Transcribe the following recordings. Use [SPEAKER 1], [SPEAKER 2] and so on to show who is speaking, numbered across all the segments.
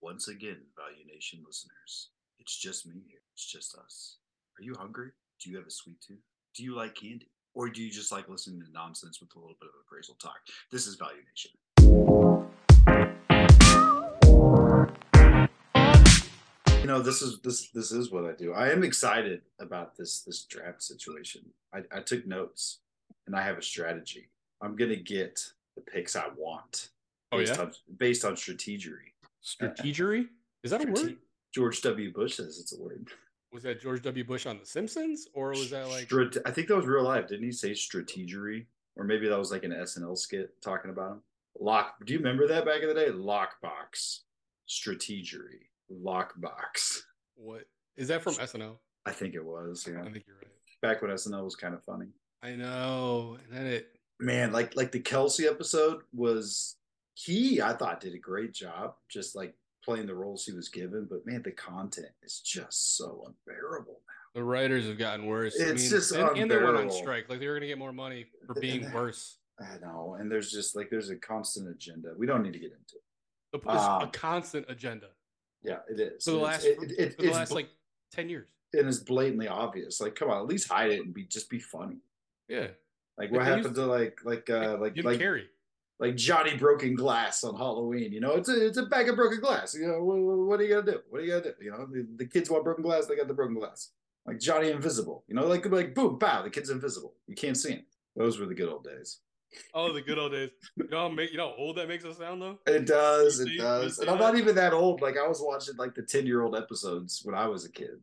[SPEAKER 1] once again, Value Nation listeners. It's just me here. It's just us. Are you hungry? Do you have a sweet tooth? Do you like candy? Or do you just like listening to nonsense with a little bit of appraisal talk? This is Value Nation. You know, this is this this is what I do. I am excited about this this draft situation. I, I took notes and I have a strategy. I'm gonna get the picks I want
[SPEAKER 2] Oh
[SPEAKER 1] based
[SPEAKER 2] yeah,
[SPEAKER 1] on based on strategery.
[SPEAKER 2] strategery. Is that a word?
[SPEAKER 1] Strate- George W. Bush says it's a word.
[SPEAKER 2] Was that George W. Bush on The Simpsons, or was that like?
[SPEAKER 1] Strate- I think that was real life. Didn't he say strategery? Or maybe that was like an SNL skit talking about him. Lock. Do you remember that back in the day? Lockbox, strategery, lockbox.
[SPEAKER 2] What is that from SNL?
[SPEAKER 1] I think it was.
[SPEAKER 2] I
[SPEAKER 1] Yeah,
[SPEAKER 2] think you're right.
[SPEAKER 1] back when SNL was kind of funny.
[SPEAKER 2] I know, and then it.
[SPEAKER 1] Man, like like the Kelsey episode was. He, I thought, did a great job, just like playing the roles he was given. But man, the content is just so unbearable.
[SPEAKER 2] The writers have gotten worse. I
[SPEAKER 1] It's
[SPEAKER 2] mean,
[SPEAKER 1] just
[SPEAKER 2] and, and they went on
[SPEAKER 1] unbearable.
[SPEAKER 2] strike. Like they were going to get more money for
[SPEAKER 1] And
[SPEAKER 2] being
[SPEAKER 1] that-
[SPEAKER 2] worse.
[SPEAKER 1] I know, and there's just like there's a constant agenda. We don't need to get into. it.
[SPEAKER 2] The- It's a
[SPEAKER 1] Um,
[SPEAKER 2] constant agenda
[SPEAKER 1] Yeah, it is.
[SPEAKER 2] for the
[SPEAKER 1] It's-
[SPEAKER 2] last
[SPEAKER 1] it, it, it-
[SPEAKER 2] for the
[SPEAKER 1] it's
[SPEAKER 2] last
[SPEAKER 1] bl-
[SPEAKER 2] like ten years.
[SPEAKER 1] and it's blatantly obvious. Like, come on, at least hide it and be just be funny.
[SPEAKER 2] Yeah,
[SPEAKER 1] Like,
[SPEAKER 2] Like,
[SPEAKER 1] what
[SPEAKER 2] they
[SPEAKER 1] happened
[SPEAKER 2] used-
[SPEAKER 1] to like like uh like
[SPEAKER 2] Jim
[SPEAKER 1] like
[SPEAKER 2] Carrey.
[SPEAKER 1] like Johnny broken glass on Halloween? You know, it's a it's a bag of broken glass. You know, what, what are you gonna do? What are you gonna do? You know, the, the kids want broken glass. They got the broken glass. Like Johnny Invisible. You know, like like boom, pow, the kid's invisible. You can't see him. Those were the good old days.
[SPEAKER 2] Oh, the good old days. You know, how make you know how old that makes us sound though.
[SPEAKER 1] It does.
[SPEAKER 2] see-
[SPEAKER 1] It
[SPEAKER 2] you
[SPEAKER 1] does.
[SPEAKER 2] see
[SPEAKER 1] And I'm
[SPEAKER 2] that?
[SPEAKER 1] not even that old. Like I was watching like the 10 year old episodes when I was a kid.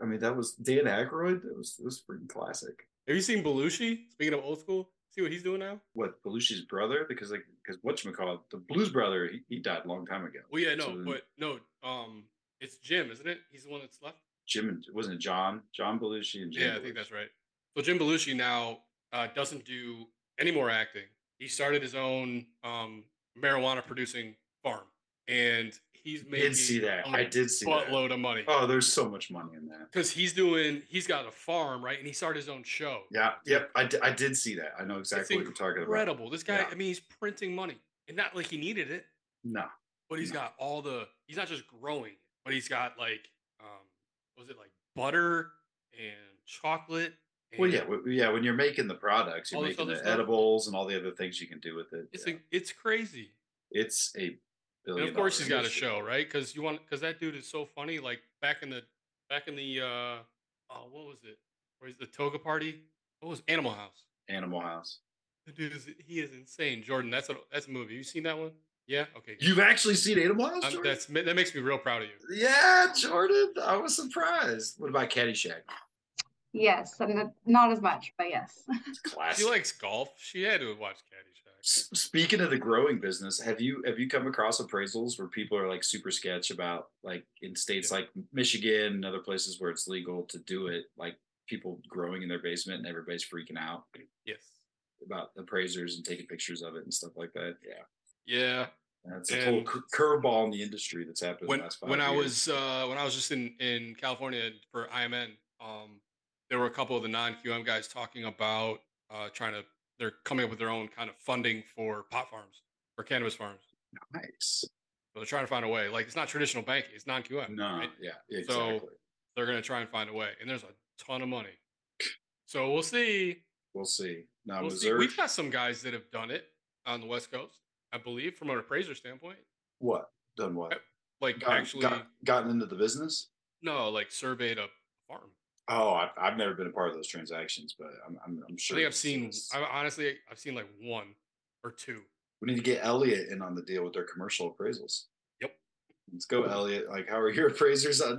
[SPEAKER 1] I mean, that was Dan Aykroyd. It was it was freaking classic.
[SPEAKER 2] Have you seen Belushi? Speaking of old school, see what he's doing now.
[SPEAKER 1] What Belushi's brother? Because like because whatchamacallit, the Blues brother, he, he died a long time ago.
[SPEAKER 2] Well, yeah, no,
[SPEAKER 1] So then
[SPEAKER 2] but no, um, it's Jim, isn't it? He's the one that's left.
[SPEAKER 1] Jim and wasn't it John? John Belushi and Jim.
[SPEAKER 2] yeah, I think that's right. So Jim Belushi now uh, doesn't do any more acting. He started his own um, marijuana producing farm, and he's
[SPEAKER 1] I
[SPEAKER 2] making
[SPEAKER 1] did see that.
[SPEAKER 2] a
[SPEAKER 1] I did see that.
[SPEAKER 2] buttload of money
[SPEAKER 1] Oh, there's so much money in that.
[SPEAKER 2] because he's doing. He's got a farm, right? And he started his own show.
[SPEAKER 1] Yeah, yep. I, di- I did see that. I know exactly what you're talking about.
[SPEAKER 2] Incredible. This guy.
[SPEAKER 1] Yeah.
[SPEAKER 2] I mean, he's printing money, and not like he needed it,
[SPEAKER 1] No.
[SPEAKER 2] but he's
[SPEAKER 1] No.
[SPEAKER 2] got all the. He's not just growing, but he's got like, um, what was it like butter and chocolate? And
[SPEAKER 1] Well, yeah, w- yeah. When you're making the products, you're
[SPEAKER 2] All this
[SPEAKER 1] making
[SPEAKER 2] other
[SPEAKER 1] the
[SPEAKER 2] stuff?
[SPEAKER 1] edibles and all the other things you can do with it.
[SPEAKER 2] It's
[SPEAKER 1] yeah.
[SPEAKER 2] like it's crazy.
[SPEAKER 1] It's a
[SPEAKER 2] And
[SPEAKER 1] billion.
[SPEAKER 2] of course, he's
[SPEAKER 1] dollar
[SPEAKER 2] got a
[SPEAKER 1] industry.
[SPEAKER 2] show, right? Because you want because that dude is so funny. Like back in the back in the uh oh, what was it? Where's the toga party? What was Animal House?
[SPEAKER 1] Animal House.
[SPEAKER 2] The dude is he is insane, Jordan. That's a that's a movie. You seen that one? Yeah. Okay. good.
[SPEAKER 1] You've actually seen Animal House,
[SPEAKER 2] I'm-
[SPEAKER 1] Jordan?
[SPEAKER 2] Um, that's that makes me real proud of you.
[SPEAKER 1] yeah, Jordan. I was surprised. What about Caddyshack?
[SPEAKER 3] Yes, and not- not as much, but yes.
[SPEAKER 1] It's classic.
[SPEAKER 2] She likes golf. She had to watch Caddyshack.
[SPEAKER 1] S- Speaking of the growing business, have you have you come across appraisals where people are like super sketch about like in states like Michigan and other places where it's legal to do it, like people growing in their basement and everybody's freaking out
[SPEAKER 2] Yes.
[SPEAKER 1] about appraisers and taking pictures of it and stuff like that? Yeah,
[SPEAKER 2] Yeah.
[SPEAKER 1] that's a whole
[SPEAKER 2] And-
[SPEAKER 1] cur- curveball in the industry that's happened
[SPEAKER 2] when
[SPEAKER 1] in the last five
[SPEAKER 2] when I
[SPEAKER 1] years.
[SPEAKER 2] was uh, when I was just in in California for IMN, um, there were a couple of the non QM guys talking about uh, trying to they're coming up with their own kind of funding for pot farms or cannabis farms.
[SPEAKER 1] nice.
[SPEAKER 2] So they're trying to find a way. Like it's not traditional banking; it's non QM.
[SPEAKER 1] No, yeah, exactly.
[SPEAKER 2] They're going to try and find a way, and there's a ton of money. So we'll see.
[SPEAKER 1] We'll see. Now
[SPEAKER 2] We'll see.
[SPEAKER 1] Missouri,
[SPEAKER 2] We've got some guys that have done it on the West Coast, I believe, from an appraiser standpoint.
[SPEAKER 1] what done what?
[SPEAKER 2] Like
[SPEAKER 1] Got-
[SPEAKER 2] actually,
[SPEAKER 1] got- gotten into the business.
[SPEAKER 2] no, like surveyed a farm.
[SPEAKER 1] Oh, I, I've never been a part of those transactions, but I'm, I'm, I'm
[SPEAKER 2] I
[SPEAKER 1] sure.
[SPEAKER 2] think I've
[SPEAKER 1] this
[SPEAKER 2] seen.
[SPEAKER 1] is-
[SPEAKER 2] I honestly, I've seen like one or two.
[SPEAKER 1] we need to get Elliot in on the deal with their commercial appraisals.
[SPEAKER 2] Yep.
[SPEAKER 1] Let's go, Elliot. Like, how are your appraisers on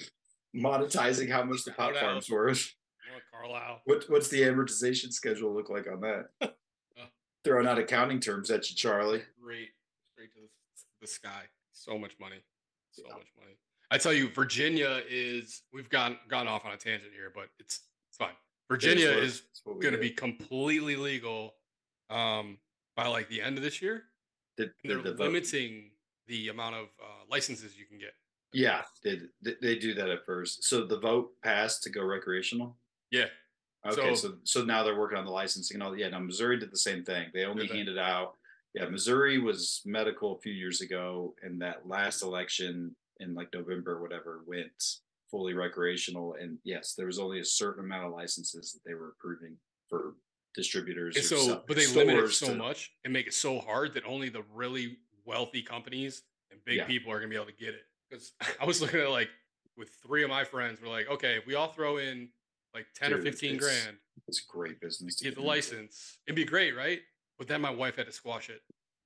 [SPEAKER 1] monetizing how much the
[SPEAKER 2] Shout
[SPEAKER 1] pot farm's worth?
[SPEAKER 2] One at Carlisle.
[SPEAKER 1] What, what's the amortization schedule look like on that? Throwing out accounting terms at you, Charlie.
[SPEAKER 2] Great, straight to the, the sky. So much money. So much money. I tell you, Virginia is. We've gone gone off on a tangent here, but it's it's fine. Virginia
[SPEAKER 1] It
[SPEAKER 2] is
[SPEAKER 1] it's what we
[SPEAKER 2] going to
[SPEAKER 1] do.
[SPEAKER 2] be completely legal um, by like the end of this year.
[SPEAKER 1] Did-
[SPEAKER 2] And they're
[SPEAKER 1] did the vote-
[SPEAKER 2] limiting the amount of uh, licenses you can get.
[SPEAKER 1] Yeah, they, they they do that at first. So the vote passed to go recreational.
[SPEAKER 2] Yeah,
[SPEAKER 1] Okay, so
[SPEAKER 2] So-
[SPEAKER 1] so, now they're working on the licensing and all. Yeah, now Missouri did the same thing. They only
[SPEAKER 2] Did they?
[SPEAKER 1] handed out Yeah, Missouri was medical a few years ago, and that last election in like November, whatever, went fully recreational. And yes, there was only a certain amount of licenses that they were approving for distributors.
[SPEAKER 2] And
[SPEAKER 1] or
[SPEAKER 2] so,
[SPEAKER 1] sell-
[SPEAKER 2] but they limit it
[SPEAKER 1] stores
[SPEAKER 2] so
[SPEAKER 1] to-
[SPEAKER 2] much and make it so hard that only the really wealthy companies and big
[SPEAKER 1] Yeah.
[SPEAKER 2] people are going to be able to get it. Because I was looking at like with three of my friends, we're like, okay, if we all throw in like 10 or
[SPEAKER 1] Dude,
[SPEAKER 2] 15
[SPEAKER 1] it's-
[SPEAKER 2] grand
[SPEAKER 1] It's great business.
[SPEAKER 2] to
[SPEAKER 1] to
[SPEAKER 2] get the
[SPEAKER 1] into.
[SPEAKER 2] license, it'd be great, right? But then my wife had to squash it.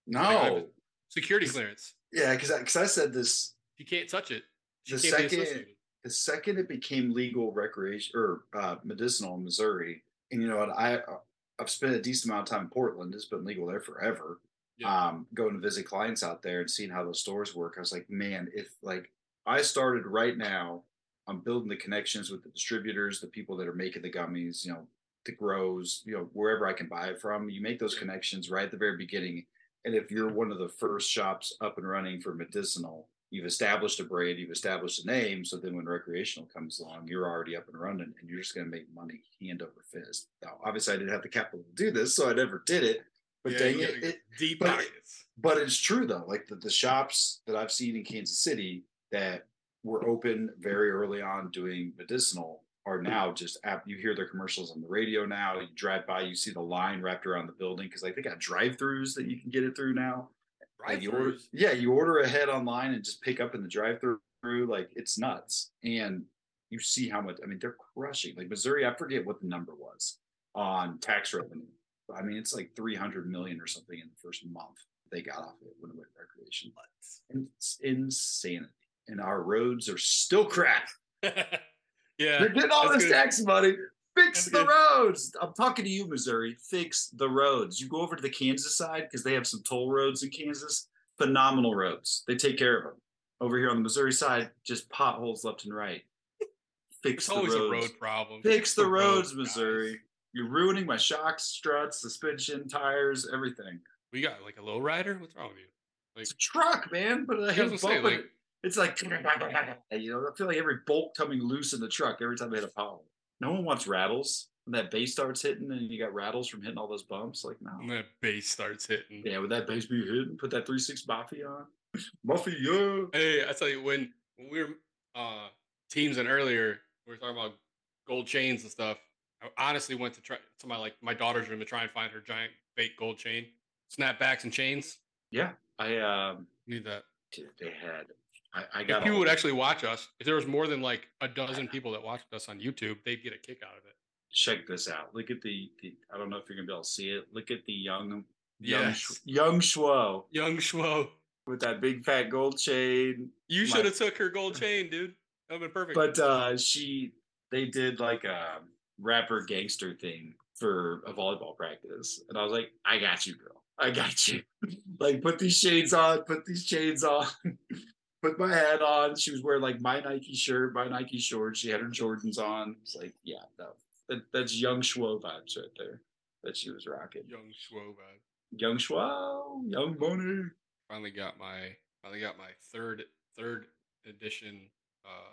[SPEAKER 1] No.
[SPEAKER 2] Security clearance.
[SPEAKER 1] Yeah, because because I said this
[SPEAKER 2] You can't touch it. She
[SPEAKER 1] The
[SPEAKER 2] can't be
[SPEAKER 1] second-
[SPEAKER 2] associated.
[SPEAKER 1] the second it became legal recreation or uh, medicinal in Missouri, and you know what I uh, I've spent a decent amount of time in Portland. It's been legal there forever.
[SPEAKER 2] Yeah.
[SPEAKER 1] Um, going to visit clients out there and seeing how those stores work, I was like, man, if like I started right now, I'm building the connections with the distributors, the people that are making the gummies, you know, the grows, you know, wherever I can buy it from. You make those connections right at the very beginning, and if you're one of the first shops up and running for medicinal, you've established a brand, you've established a name. So then when recreational comes along, you're already up and running and you're just going to make money hand over fist. Now, obviously, I didn't have the capital to do this, so I never did it. But
[SPEAKER 2] Yeah,
[SPEAKER 1] dang
[SPEAKER 2] you
[SPEAKER 1] it,
[SPEAKER 2] gotta
[SPEAKER 1] it,
[SPEAKER 2] Deep
[SPEAKER 1] but-
[SPEAKER 2] pockets.
[SPEAKER 1] but it's true though. Like the, the shops that I've seen in Kansas City that were open very early on doing medicinal are now just app. You hear their commercials on the radio now. You drive by, you see the line wrapped around the building because like they got drive-throughs that you can get it through now. Like, you order,
[SPEAKER 2] Drive-thrus.
[SPEAKER 1] yeah, you order ahead online and just pick up in the drive-through. Like it's nuts, and you see how much. I mean, they're crushing. Like Missouri, I forget what the number was on tax revenue. But, I mean, it's like three hundred million or something in the first month they got off it when it went recreation. And it's insanity. And our roads are still crap.
[SPEAKER 2] yeah.
[SPEAKER 1] You're getting all
[SPEAKER 2] that's
[SPEAKER 1] this
[SPEAKER 2] good.
[SPEAKER 1] tax money. Fix
[SPEAKER 2] That's
[SPEAKER 1] the
[SPEAKER 2] good.
[SPEAKER 1] roads. I'm talking to you, Missouri. Fix the roads. You go over to the Kansas side because they have some toll roads in Kansas. Phenomenal roads. They take care of them. Over here on the Missouri side, just potholes left and right. Fix
[SPEAKER 2] It's
[SPEAKER 1] the
[SPEAKER 2] always
[SPEAKER 1] roads.
[SPEAKER 2] a road problem.
[SPEAKER 1] Fix the roads,
[SPEAKER 2] guys.
[SPEAKER 1] Missouri. You're ruining my shocks, struts, suspension, tires, everything.
[SPEAKER 2] We got like a low rider. What's wrong with you?
[SPEAKER 1] It's a truck, man, but I
[SPEAKER 2] I
[SPEAKER 1] hit
[SPEAKER 2] was gonna say,
[SPEAKER 1] bumping
[SPEAKER 2] like-
[SPEAKER 1] it. It's like you know, I feel like every bolt coming loose in the truck every time I hit a pothole. No one wants rattles. When that bass starts hitting and you got rattles from hitting all those bumps, like no.
[SPEAKER 2] And that bass starts hitting.
[SPEAKER 1] Yeah, would that bass be hitting? Put that three six Buffy on. Buffy, yeah.
[SPEAKER 2] Hey, I tell you, when, when we were uh, teams and earlier, we were talking about gold chains and stuff. I honestly went to try to my like my daughter's room to try and find her giant fake gold chain, snapbacks and chains.
[SPEAKER 1] I um
[SPEAKER 2] Need that.
[SPEAKER 1] dude, they had I, I
[SPEAKER 2] If
[SPEAKER 1] got
[SPEAKER 2] people
[SPEAKER 1] all-
[SPEAKER 2] would actually watch us, if there was more than like a dozen people that watched us on YouTube, they'd get a kick out of it.
[SPEAKER 1] check this out. Look at the, the I don't know if you're gonna be able to see it. Look at the young young
[SPEAKER 2] Yes.
[SPEAKER 1] Sh- young Schwo
[SPEAKER 2] Young Schwo,
[SPEAKER 1] with that big fat gold chain,
[SPEAKER 2] you
[SPEAKER 1] My-
[SPEAKER 2] should have took her gold chain, dude. That'd been perfect.
[SPEAKER 1] but uh she they did like a rapper gangster thing for a volleyball practice and i was like i got you girl i got you like put these shades on put these chains on put my hat on she was wearing like my nike shirt my nike shorts she had her jordans on it's like yeah no, that, that's young schwo vibes right there that she was rocking
[SPEAKER 2] Young Schwo, man.
[SPEAKER 1] young schwo young money
[SPEAKER 2] finally got my finally got my third third edition uh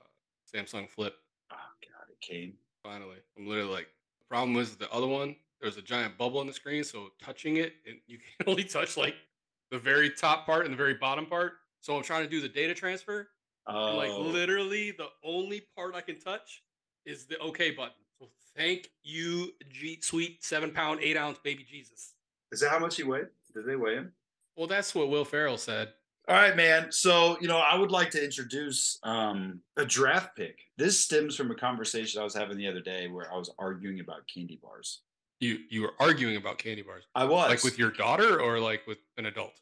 [SPEAKER 2] Samsung Flip.
[SPEAKER 1] oh god it came
[SPEAKER 2] Finally, I'm literally like. The problem was the other one. There was a giant bubble on the screen, so touching it, and you can only touch like the very top part and the very bottom part. So I'm trying to do the data transfer,
[SPEAKER 1] oh
[SPEAKER 2] and like literally the only part I can touch is the OK button. So thank you, G Sweet seven pound eight ounce baby Jesus.
[SPEAKER 1] is that how much he weighed did they weigh him
[SPEAKER 2] Well, that's what Will Farrell said.
[SPEAKER 1] All right, man. So, you know, I would like to introduce um, a draft pick. This stems from a conversation I was having the other day where I was arguing about candy bars.
[SPEAKER 2] You you were arguing about candy bars.
[SPEAKER 1] I was
[SPEAKER 2] like with your daughter or like with an adult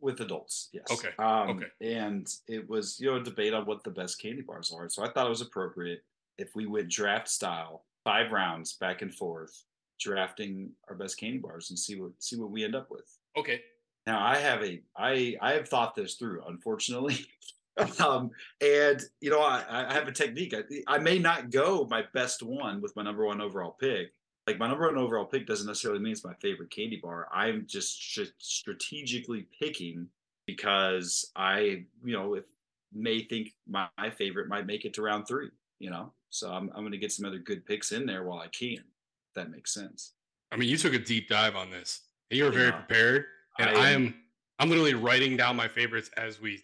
[SPEAKER 1] with adults, yes.
[SPEAKER 2] Okay,
[SPEAKER 1] Um,
[SPEAKER 2] okay.
[SPEAKER 1] And it was, you know, a debate on what the best candy bars are. So I thought it was appropriate if we went draft style, five rounds back and forth, drafting our best candy bars and see what see what we end up with.
[SPEAKER 2] okay
[SPEAKER 1] Now I have a I I have thought this through, unfortunately. um, and you know, I, I have a technique. I, I may not go my best one with my number one overall pick. Like my number one overall pick doesn't necessarily mean it's my favorite candy bar. I'm just stra- strategically picking because I, you know, if may think my, my favorite might make it to round three, you know. So I'm I'm gonna get some other good picks in there while I can. If that makes sense.
[SPEAKER 2] i mean you took a deep dive on this you were very
[SPEAKER 1] Yeah.
[SPEAKER 2] prepared and
[SPEAKER 1] I
[SPEAKER 2] I am.
[SPEAKER 1] am-
[SPEAKER 2] I'm literally writing down my favorites as we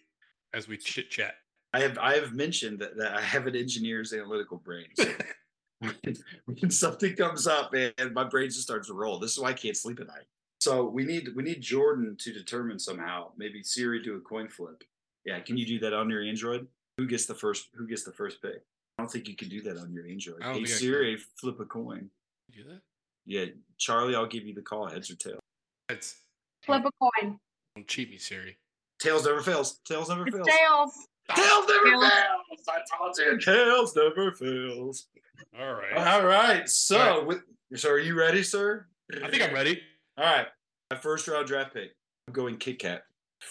[SPEAKER 2] as we chit chat.
[SPEAKER 1] I have I have mentioned that, that I have an engineer's analytical brain. So when, when something comes up, man, my brain just starts to roll. This is why I can't sleep at night. So we need we need Jordan to determine somehow. Maybe Siri do a coin flip. Yeah, can you do that on your Android? Who gets the first Who gets the first pick? I don't think you can do that on your Android.
[SPEAKER 2] I don't
[SPEAKER 1] Hey
[SPEAKER 2] think I
[SPEAKER 1] Siri, flip a coin.
[SPEAKER 2] Do that?
[SPEAKER 1] Yeah, Charlie, I'll give you the call. Heads or tails.
[SPEAKER 2] That's
[SPEAKER 3] Flip a coin.
[SPEAKER 2] don't cheat me, Siri.
[SPEAKER 1] Tails never fails. Tails never
[SPEAKER 3] It's
[SPEAKER 1] fails.
[SPEAKER 3] tails.
[SPEAKER 1] Tails never
[SPEAKER 3] Tails.
[SPEAKER 1] fails. I told you. Tails never fails.
[SPEAKER 2] All right.
[SPEAKER 1] All right. So,
[SPEAKER 2] All right.
[SPEAKER 1] With, so are you ready, sir?
[SPEAKER 2] I think I'm ready.
[SPEAKER 1] All right. My first round draft pick. I'm going Kit Kat.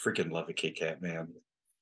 [SPEAKER 1] Freaking love a Kit Kat, man.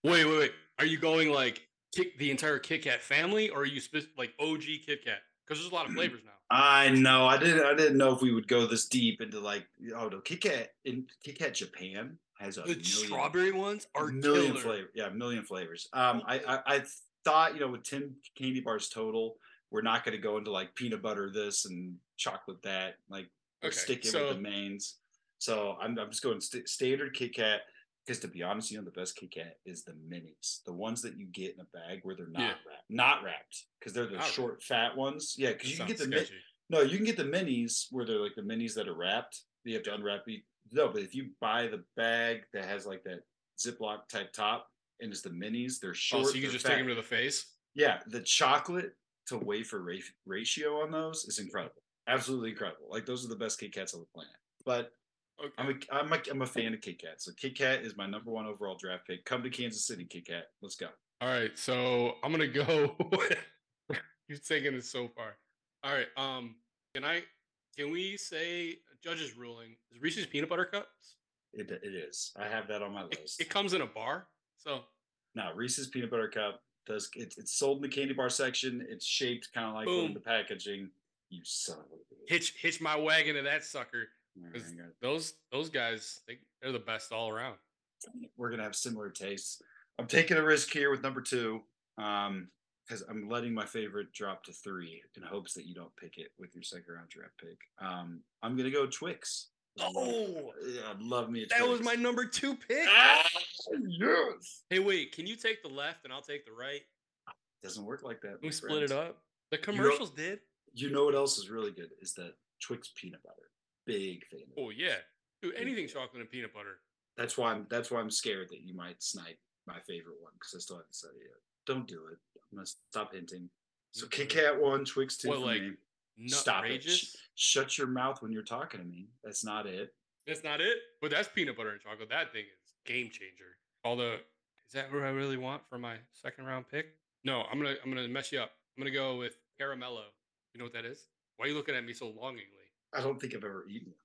[SPEAKER 2] Wait, wait, wait. Are you going like kick the entire Kit Kat family, or are you spec- like OG Kit Kat? Because there's a lot of flavors now.
[SPEAKER 1] I know. I didn't. I didn't know if we would go this deep into like. Oh no, Kit Kat in Kit Kat Japan has a
[SPEAKER 2] The
[SPEAKER 1] million,
[SPEAKER 2] strawberry ones are
[SPEAKER 1] million
[SPEAKER 2] killer.
[SPEAKER 1] flavor. Yeah, a million flavors. Um, I, I I thought you know with ten candy bars total, we're not going to go into like peanut butter this and chocolate that. Like we're
[SPEAKER 2] Okay,
[SPEAKER 1] sticking
[SPEAKER 2] so
[SPEAKER 1] with the mains. So I'm I'm just going st- standard Kit Kat. Because to be honest, you know the best Kit Kat is the minis, the ones that you get in a bag where they're not
[SPEAKER 2] Yeah.
[SPEAKER 1] wrapped, not wrapped, because they're the
[SPEAKER 2] Not wrapped.
[SPEAKER 1] short, fat ones. Yeah,
[SPEAKER 2] that
[SPEAKER 1] because you can get the
[SPEAKER 2] sounds
[SPEAKER 1] mi-
[SPEAKER 2] sketchy.
[SPEAKER 1] no, you can get the minis where they're like the minis that are wrapped. You have to unwrap the no, but if you buy the bag that has like that Ziploc type top and it's the minis, they're short.
[SPEAKER 2] Oh, so you
[SPEAKER 1] they're
[SPEAKER 2] can just
[SPEAKER 1] fat.
[SPEAKER 2] take them to the face.
[SPEAKER 1] yeah, the chocolate to wafer ra- ratio on those is incredible, absolutely incredible. Like those are the best Kit Kats on the planet. But
[SPEAKER 2] Okay.
[SPEAKER 1] I'm a I'm a, I'm a fan of Kit Kat, so Kit Kat is my number one overall draft pick. Come to Kansas City, Kit Kat. Let's go.
[SPEAKER 2] All right, so I'm gonna go. You're taking it so far. All right, um, can I? Can we say judge's ruling is Reese's peanut butter cups?
[SPEAKER 1] It, it is. I have that on my
[SPEAKER 2] It,
[SPEAKER 1] list.
[SPEAKER 2] it comes in a bar, so
[SPEAKER 1] No, Reese's peanut butter cup does it's it's sold in the candy bar section. It's shaped kind of like one
[SPEAKER 2] Boom.
[SPEAKER 1] of the packaging. You son of a bitch.
[SPEAKER 2] hitch hitch my wagon to that sucker.
[SPEAKER 1] All right,
[SPEAKER 2] Is-
[SPEAKER 1] I got it.
[SPEAKER 2] Those those guys, they, they're the best all around.
[SPEAKER 1] We're gonna have similar tastes. I'm taking a risk here with number two. Um because I'm letting my favorite drop to three in hopes that you don't pick it with your second round draft pick. Um, I'm gonna go Twix.
[SPEAKER 2] Oh!
[SPEAKER 1] yeah, I love me. A
[SPEAKER 2] That was
[SPEAKER 1] Twix.
[SPEAKER 2] my number two pick.
[SPEAKER 1] Ah, yes.
[SPEAKER 2] Hey, wait, can you take the left and I'll take the right?
[SPEAKER 1] Doesn't work like that.
[SPEAKER 2] Can we
[SPEAKER 1] my
[SPEAKER 2] split it
[SPEAKER 1] friends.
[SPEAKER 2] up? The commercials did.
[SPEAKER 1] You know what else is really good is that Twix peanut butter. Big fan. of
[SPEAKER 2] Oh yeah, dude,
[SPEAKER 1] Yeah.
[SPEAKER 2] anything chocolate and peanut butter.
[SPEAKER 1] That's why I'm. That's why I'm scared that you might snipe my favorite one because I still haven't said it yet. Don't do it. I'm gonna stop hinting. So
[SPEAKER 2] Okay.
[SPEAKER 1] Kit Kat one, Twix two
[SPEAKER 2] What,
[SPEAKER 1] for
[SPEAKER 2] like,
[SPEAKER 1] me. Stop it.
[SPEAKER 2] Nutrageous.
[SPEAKER 1] Sh- shut your mouth when you're talking to me. That's not it.
[SPEAKER 2] That's not it. But that's peanut butter and chocolate. That thing is game changer. Although, is that what I really want for my second round pick? No, I'm gonna I'm gonna mess you up. I'm gonna go with caramello. You know what that is? Why are you looking at me so longingly?
[SPEAKER 1] I don't think I've ever eaten. one.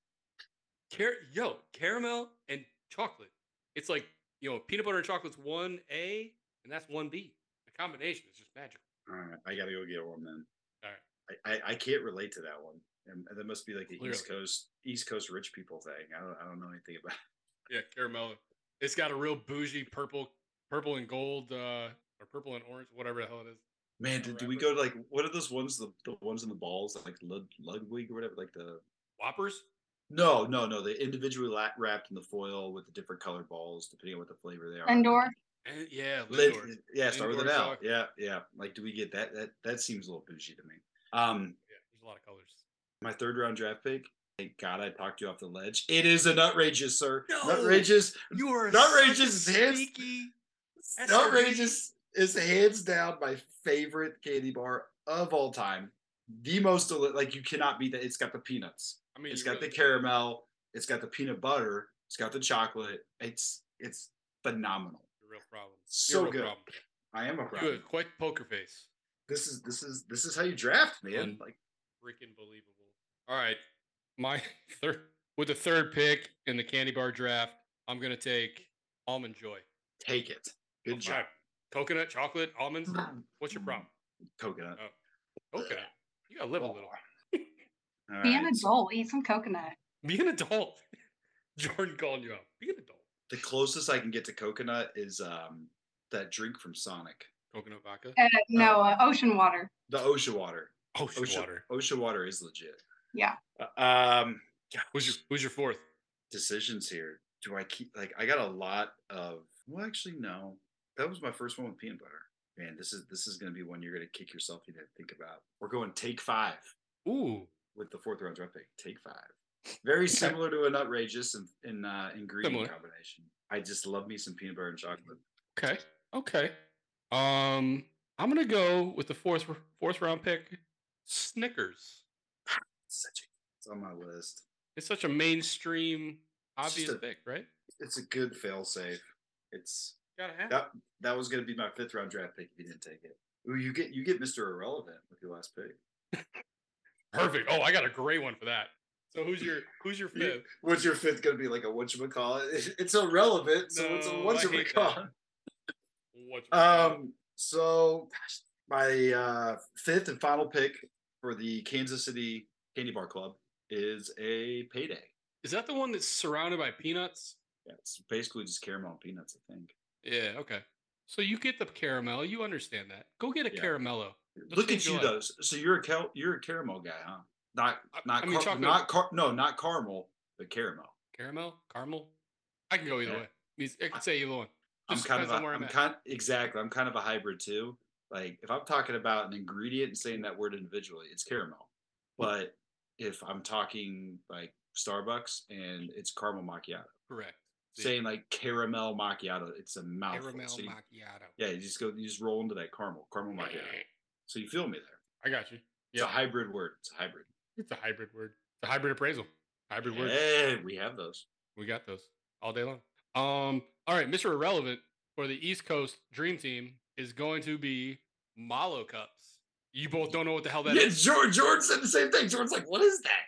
[SPEAKER 2] Car- yo, caramel and chocolate. It's like you know, peanut butter and chocolate's one A, and that's one B. The combination is just magical.
[SPEAKER 1] All right, I gotta go get one then.
[SPEAKER 2] All
[SPEAKER 1] right. I, I, I can't relate to that one. And that must be like the
[SPEAKER 2] Clearly.
[SPEAKER 1] East Coast East Coast rich people thing. I don't I don't know anything about.
[SPEAKER 2] Yeah, caramello. It's got a real bougie purple, purple and gold, uh, or purple and orange, whatever the hell it is.
[SPEAKER 1] Man,
[SPEAKER 2] Yeah,
[SPEAKER 1] did, do we go
[SPEAKER 2] wrapper.
[SPEAKER 1] to like what are those ones? The, the ones in the balls like Lud, Ludwig or whatever, like the
[SPEAKER 2] Whoppers.
[SPEAKER 1] No, no, no. They individually la- wrapped in the foil with the different colored balls, depending on what the flavor they are.
[SPEAKER 3] Lindor.
[SPEAKER 2] And, yeah,
[SPEAKER 1] Lid-
[SPEAKER 2] Lindor.
[SPEAKER 1] yeah, start with an
[SPEAKER 2] Lindor
[SPEAKER 1] L.
[SPEAKER 2] chocolate.
[SPEAKER 1] Yeah, yeah. Like, do we get that? That that seems a little bougie to me. Um,
[SPEAKER 2] Yeah, there's a lot of colors.
[SPEAKER 1] my third round draft pick. Thank God I talked you off the ledge. It is a nutrageous, sir.
[SPEAKER 2] No!
[SPEAKER 1] Nutrageous,
[SPEAKER 2] You are
[SPEAKER 1] Nutrageous is hands-
[SPEAKER 2] That's so
[SPEAKER 1] nutrageous is hands down my favorite candy bar of all time. The most deli- like you cannot beat that. It's got the peanuts.
[SPEAKER 2] I mean,
[SPEAKER 1] It's
[SPEAKER 2] you
[SPEAKER 1] got the
[SPEAKER 2] really-
[SPEAKER 1] caramel. It's got the peanut butter. It's got the chocolate. It's it's phenomenal.
[SPEAKER 2] You're a real problem. You're a
[SPEAKER 1] So
[SPEAKER 2] real
[SPEAKER 1] good.
[SPEAKER 2] problem.
[SPEAKER 1] I am a
[SPEAKER 2] You
[SPEAKER 1] problem.
[SPEAKER 2] have quite poker face.
[SPEAKER 1] This is this is this is how you draft, man.
[SPEAKER 2] Un-
[SPEAKER 1] Like
[SPEAKER 2] Freaking believable. All right, my third with the third pick in the candy bar draft, I'm gonna take almond joy.
[SPEAKER 1] take it.
[SPEAKER 2] Oh,
[SPEAKER 1] Good job.
[SPEAKER 2] my. Coconut, chocolate, almonds. What's your problem?
[SPEAKER 1] Coconut.
[SPEAKER 2] Okay. You gotta live a little.
[SPEAKER 1] All
[SPEAKER 3] Be an
[SPEAKER 1] right.
[SPEAKER 3] adult. Eat some coconut.
[SPEAKER 2] Be an adult. Jordan calling you out. Be an adult.
[SPEAKER 1] The closest I can get to coconut is um that drink from Sonic.
[SPEAKER 2] Coconut vodka.
[SPEAKER 3] Uh, no, uh, ocean water.
[SPEAKER 1] The OSHA water.
[SPEAKER 2] Ocean
[SPEAKER 1] OSHA
[SPEAKER 2] water.
[SPEAKER 1] OSHA water is legit.
[SPEAKER 3] Yeah.
[SPEAKER 1] Uh, um
[SPEAKER 2] Who's your Who's your fourth?
[SPEAKER 1] decisions here. do I keep like I got a lot of well actually no. That was my first one with peanut butter. Man, this is this is gonna be one you're gonna kick yourself you didn't think about. We're going take five
[SPEAKER 2] Ooh,
[SPEAKER 1] with the fourth round draft pick. Take five. Very similar to an outrageous in in uh ingredient
[SPEAKER 2] Similar.
[SPEAKER 1] combination. I just love me some peanut butter and chocolate.
[SPEAKER 2] okay, okay. Um, I'm gonna go with the fourth fourth round pick, Snickers.
[SPEAKER 1] Such a, it's on my list.
[SPEAKER 2] It's such a mainstream,
[SPEAKER 1] It's just
[SPEAKER 2] obvious
[SPEAKER 1] a-
[SPEAKER 2] pick, right?
[SPEAKER 1] It's a good fail safe. It's
[SPEAKER 2] Gotta have. it.
[SPEAKER 1] that that was gonna be my fifth round draft pick if you didn't take it. Ooh, you get you get Mr. Irrelevant with your last pick.
[SPEAKER 2] Perfect. Oh, I got a great one for that. So who's your who's your
[SPEAKER 1] You-
[SPEAKER 2] fifth?
[SPEAKER 1] What's your fifth going to be like a whatchamacallit? It's irrelevant. So it's a
[SPEAKER 2] No, I hate
[SPEAKER 1] whatchamacallit.
[SPEAKER 2] What's
[SPEAKER 1] Um, so gosh, my uh, fifth and final pick for the Kansas City Candy Bar Club is a payday.
[SPEAKER 2] is that the one that's surrounded by peanuts?
[SPEAKER 1] Yeah, it's basically just caramel and peanuts, I think.
[SPEAKER 2] Yeah. Okay. So you get the caramel. You understand that. Go get a
[SPEAKER 1] Yeah.
[SPEAKER 2] caramello. They'll
[SPEAKER 1] Look
[SPEAKER 2] change
[SPEAKER 1] at
[SPEAKER 2] your
[SPEAKER 1] you
[SPEAKER 2] life.
[SPEAKER 1] though. S- So you're a cal- you're a caramel guy, huh? Not
[SPEAKER 2] I-
[SPEAKER 1] not
[SPEAKER 2] I mean,
[SPEAKER 1] car-
[SPEAKER 2] chocolate-
[SPEAKER 1] not car- no not caramel, but caramel.
[SPEAKER 2] Caramel, caramel. I can go either
[SPEAKER 1] Yeah.
[SPEAKER 2] way. Means- I can say either one.
[SPEAKER 1] I'm
[SPEAKER 2] Just
[SPEAKER 1] kind of
[SPEAKER 2] depends
[SPEAKER 1] a,
[SPEAKER 2] on where I'm
[SPEAKER 1] I'm
[SPEAKER 2] at.
[SPEAKER 1] kind exactly. I'm kind of a hybrid too. Like if I'm talking about an ingredient and saying that word individually, it's caramel.
[SPEAKER 2] Hmm.
[SPEAKER 1] But if I'm talking like Starbucks and it's caramel macchiato,
[SPEAKER 2] Correct. See,
[SPEAKER 1] saying like caramel macchiato, it's a mouthful.
[SPEAKER 2] caramel
[SPEAKER 1] So you-
[SPEAKER 2] macchiato.
[SPEAKER 1] yeah, you just go, you just roll into that caramel, caramel macchiato. So you feel me there.
[SPEAKER 2] I got you.
[SPEAKER 1] It's
[SPEAKER 2] Eh. Yeah.
[SPEAKER 1] a hybrid word. It's a hybrid.
[SPEAKER 2] It's a hybrid word. It's a hybrid appraisal. Hybrid word.
[SPEAKER 1] Hey, we have those.
[SPEAKER 2] We got those all day long. Um. All right, Mr. Irrelevant for the East Coast Dream Team is going to be Malo cups. You both don't know what the hell that is.
[SPEAKER 1] yeah, George. George said the same thing. George's like, "What is that?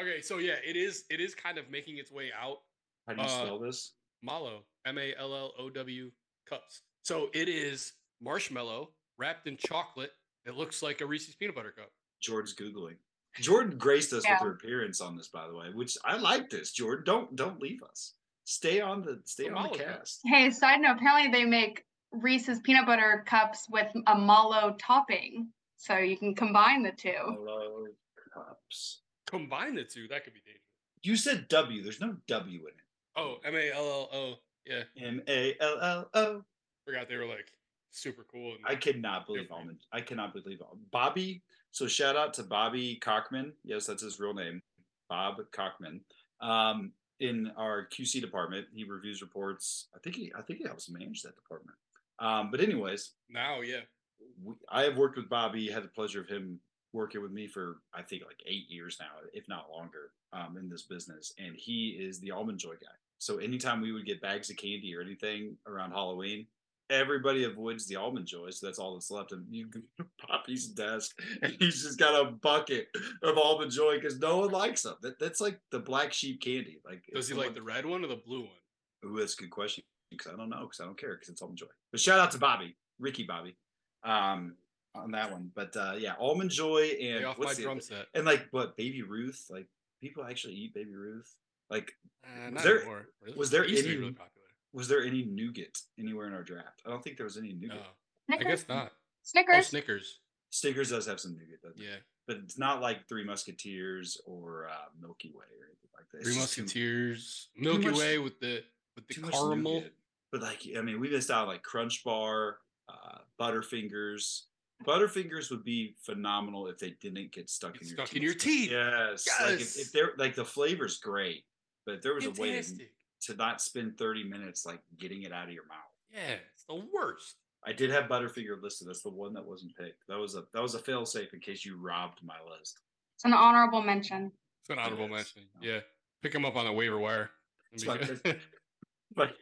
[SPEAKER 2] Okay, so yeah, it is. It is kind of making its way out.
[SPEAKER 1] How do you
[SPEAKER 2] Uh,
[SPEAKER 1] spell this?"
[SPEAKER 2] Mallow, M A L L O W cups. So it is marshmallow wrapped in chocolate. It looks like a Reese's peanut butter cup.
[SPEAKER 1] Jordan's googling. Jordan graced us
[SPEAKER 3] Yeah.
[SPEAKER 1] with her appearance on this, by the way, which I like this. Jordan, don't don't leave us. Stay on the stay
[SPEAKER 2] Oh,
[SPEAKER 1] on the
[SPEAKER 2] Molotov.
[SPEAKER 1] cast.
[SPEAKER 3] Hey, side note, apparently they make Reese's peanut butter cups with a mallow topping. So you can combine the
[SPEAKER 2] Oh,
[SPEAKER 3] two.
[SPEAKER 1] Hello, cups.
[SPEAKER 2] Combine the two, that could be dangerous.
[SPEAKER 1] You said W. There's no W in
[SPEAKER 2] Oh, M A L L O. Yeah,
[SPEAKER 1] it. M A L L O.
[SPEAKER 2] forgot they were like super cool. And
[SPEAKER 1] I cannot believe
[SPEAKER 2] Different.
[SPEAKER 1] almond. I cannot believe Almond. Bobby. So shout out to Bobby Cockman. Yes, that's his real name, Bob Cockman. Um, in our QC department, he reviews reports. I think he. I think he helps manage that department. Um, but anyways,
[SPEAKER 2] now, yeah,
[SPEAKER 1] we, I have worked with Bobby, had the pleasure of him working with me for I think like eight years now, if not longer, um, in this business. And he is the almond joy guy. So anytime we would get bags of candy or anything around Halloween, everybody avoids the almond joy. So that's all that's left. And you go to Poppy's desk, and he's just got a bucket of almond joy because no one likes them. That, that's like the black sheep candy. Like
[SPEAKER 2] does he like the red one or the blue one?
[SPEAKER 1] Ooh, that's a good question because I don't know because I don't care because it's almond joy. But shout out to Bobby, Ricky Bobby, um, on that one. But uh, yeah, almond joy
[SPEAKER 2] Lay
[SPEAKER 1] and
[SPEAKER 2] off my
[SPEAKER 1] what's the-
[SPEAKER 2] drum set.
[SPEAKER 1] and like what Baby Ruth? Like people actually eat Baby Ruth. Like
[SPEAKER 2] Uh,
[SPEAKER 1] was
[SPEAKER 2] not
[SPEAKER 1] there-
[SPEAKER 2] anymore. It
[SPEAKER 1] was there
[SPEAKER 2] it used to be
[SPEAKER 1] any-
[SPEAKER 2] really popular?
[SPEAKER 1] was there any nougat anywhere in our draft? I don't think there was any nougat.
[SPEAKER 2] No, I
[SPEAKER 3] Snickers?
[SPEAKER 2] guess not. Oh,
[SPEAKER 3] Snickers?
[SPEAKER 2] Snickers.
[SPEAKER 1] Snickers does have some nougat, doesn't it?
[SPEAKER 2] Yeah,
[SPEAKER 1] but it's not like Three Musketeers or uh, Milky Way or anything like that. It's
[SPEAKER 2] Three
[SPEAKER 1] just too-
[SPEAKER 2] Musketeers, Milky
[SPEAKER 1] much-
[SPEAKER 2] Way with the with the
[SPEAKER 1] too much
[SPEAKER 2] caramel.
[SPEAKER 1] nougat. But like, I mean, we missed out on like Crunch Bar, uh, Butterfingers. Butterfingers would be phenomenal if they didn't get stuck
[SPEAKER 2] Get
[SPEAKER 1] in your
[SPEAKER 2] stuck
[SPEAKER 1] teeth.
[SPEAKER 2] in your teeth.
[SPEAKER 1] Yes. Like if,
[SPEAKER 2] Yes.
[SPEAKER 1] if they're like the flavor's great, but if there was a way
[SPEAKER 2] Fantastic.
[SPEAKER 1] to not spend 30 minutes like getting it out of your mouth.
[SPEAKER 2] Yeah, it's the worst.
[SPEAKER 1] I did have Butterfinger listed. That's the one that wasn't picked. That was a that was a fail safe in case you robbed my list.
[SPEAKER 3] It's an honorable mention.
[SPEAKER 2] It's an honorable
[SPEAKER 1] is.
[SPEAKER 2] mention.
[SPEAKER 1] No.
[SPEAKER 2] Yeah, pick him up on the waiver wire.
[SPEAKER 1] It's like But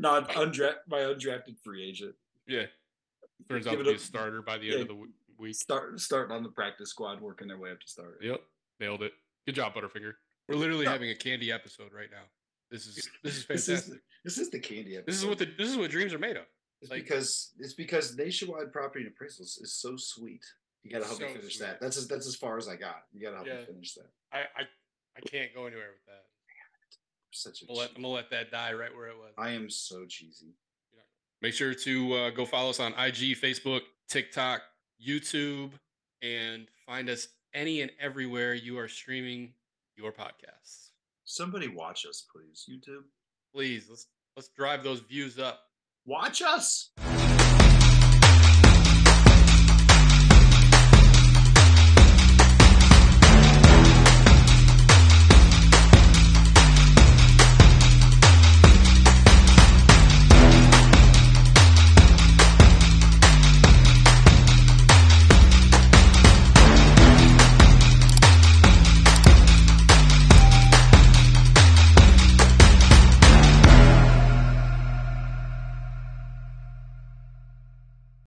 [SPEAKER 1] not undra- my undrafted free agent.
[SPEAKER 2] yeah, turns out
[SPEAKER 1] Give
[SPEAKER 2] to
[SPEAKER 1] it
[SPEAKER 2] be a
[SPEAKER 1] up.
[SPEAKER 2] starter by the
[SPEAKER 1] Yeah.
[SPEAKER 2] end of the w- week.
[SPEAKER 1] Start starting on the practice squad, working their way up to start.
[SPEAKER 2] Yep, nailed it. Good job, Butterfinger. We're literally
[SPEAKER 1] No.
[SPEAKER 2] having a candy episode right now. This is this is
[SPEAKER 1] This
[SPEAKER 2] fantastic.
[SPEAKER 1] is, this is the candy episode.
[SPEAKER 2] what the this is what dreams are made of.
[SPEAKER 1] It's
[SPEAKER 2] Like-
[SPEAKER 1] because it's because nationwide property and appraisals is so sweet. You gotta help me
[SPEAKER 2] So
[SPEAKER 1] finish
[SPEAKER 2] sweet.
[SPEAKER 1] that. That's as that's as far as I got. You gotta help me
[SPEAKER 2] Yeah.
[SPEAKER 1] finish that.
[SPEAKER 2] I I, I can't go anywhere with that.
[SPEAKER 1] Such a
[SPEAKER 2] I'm gonna, let,
[SPEAKER 1] cheat.
[SPEAKER 2] I'm gonna let that die right where it was.
[SPEAKER 1] I am so cheesy.
[SPEAKER 2] Make sure to uh, go follow us on IG, Facebook, TikTok, YouTube, and find us any and everywhere you are streaming your podcasts.
[SPEAKER 1] Somebody watch us, please. YouTube.
[SPEAKER 2] please let's let's drive those views up.
[SPEAKER 1] Watch us.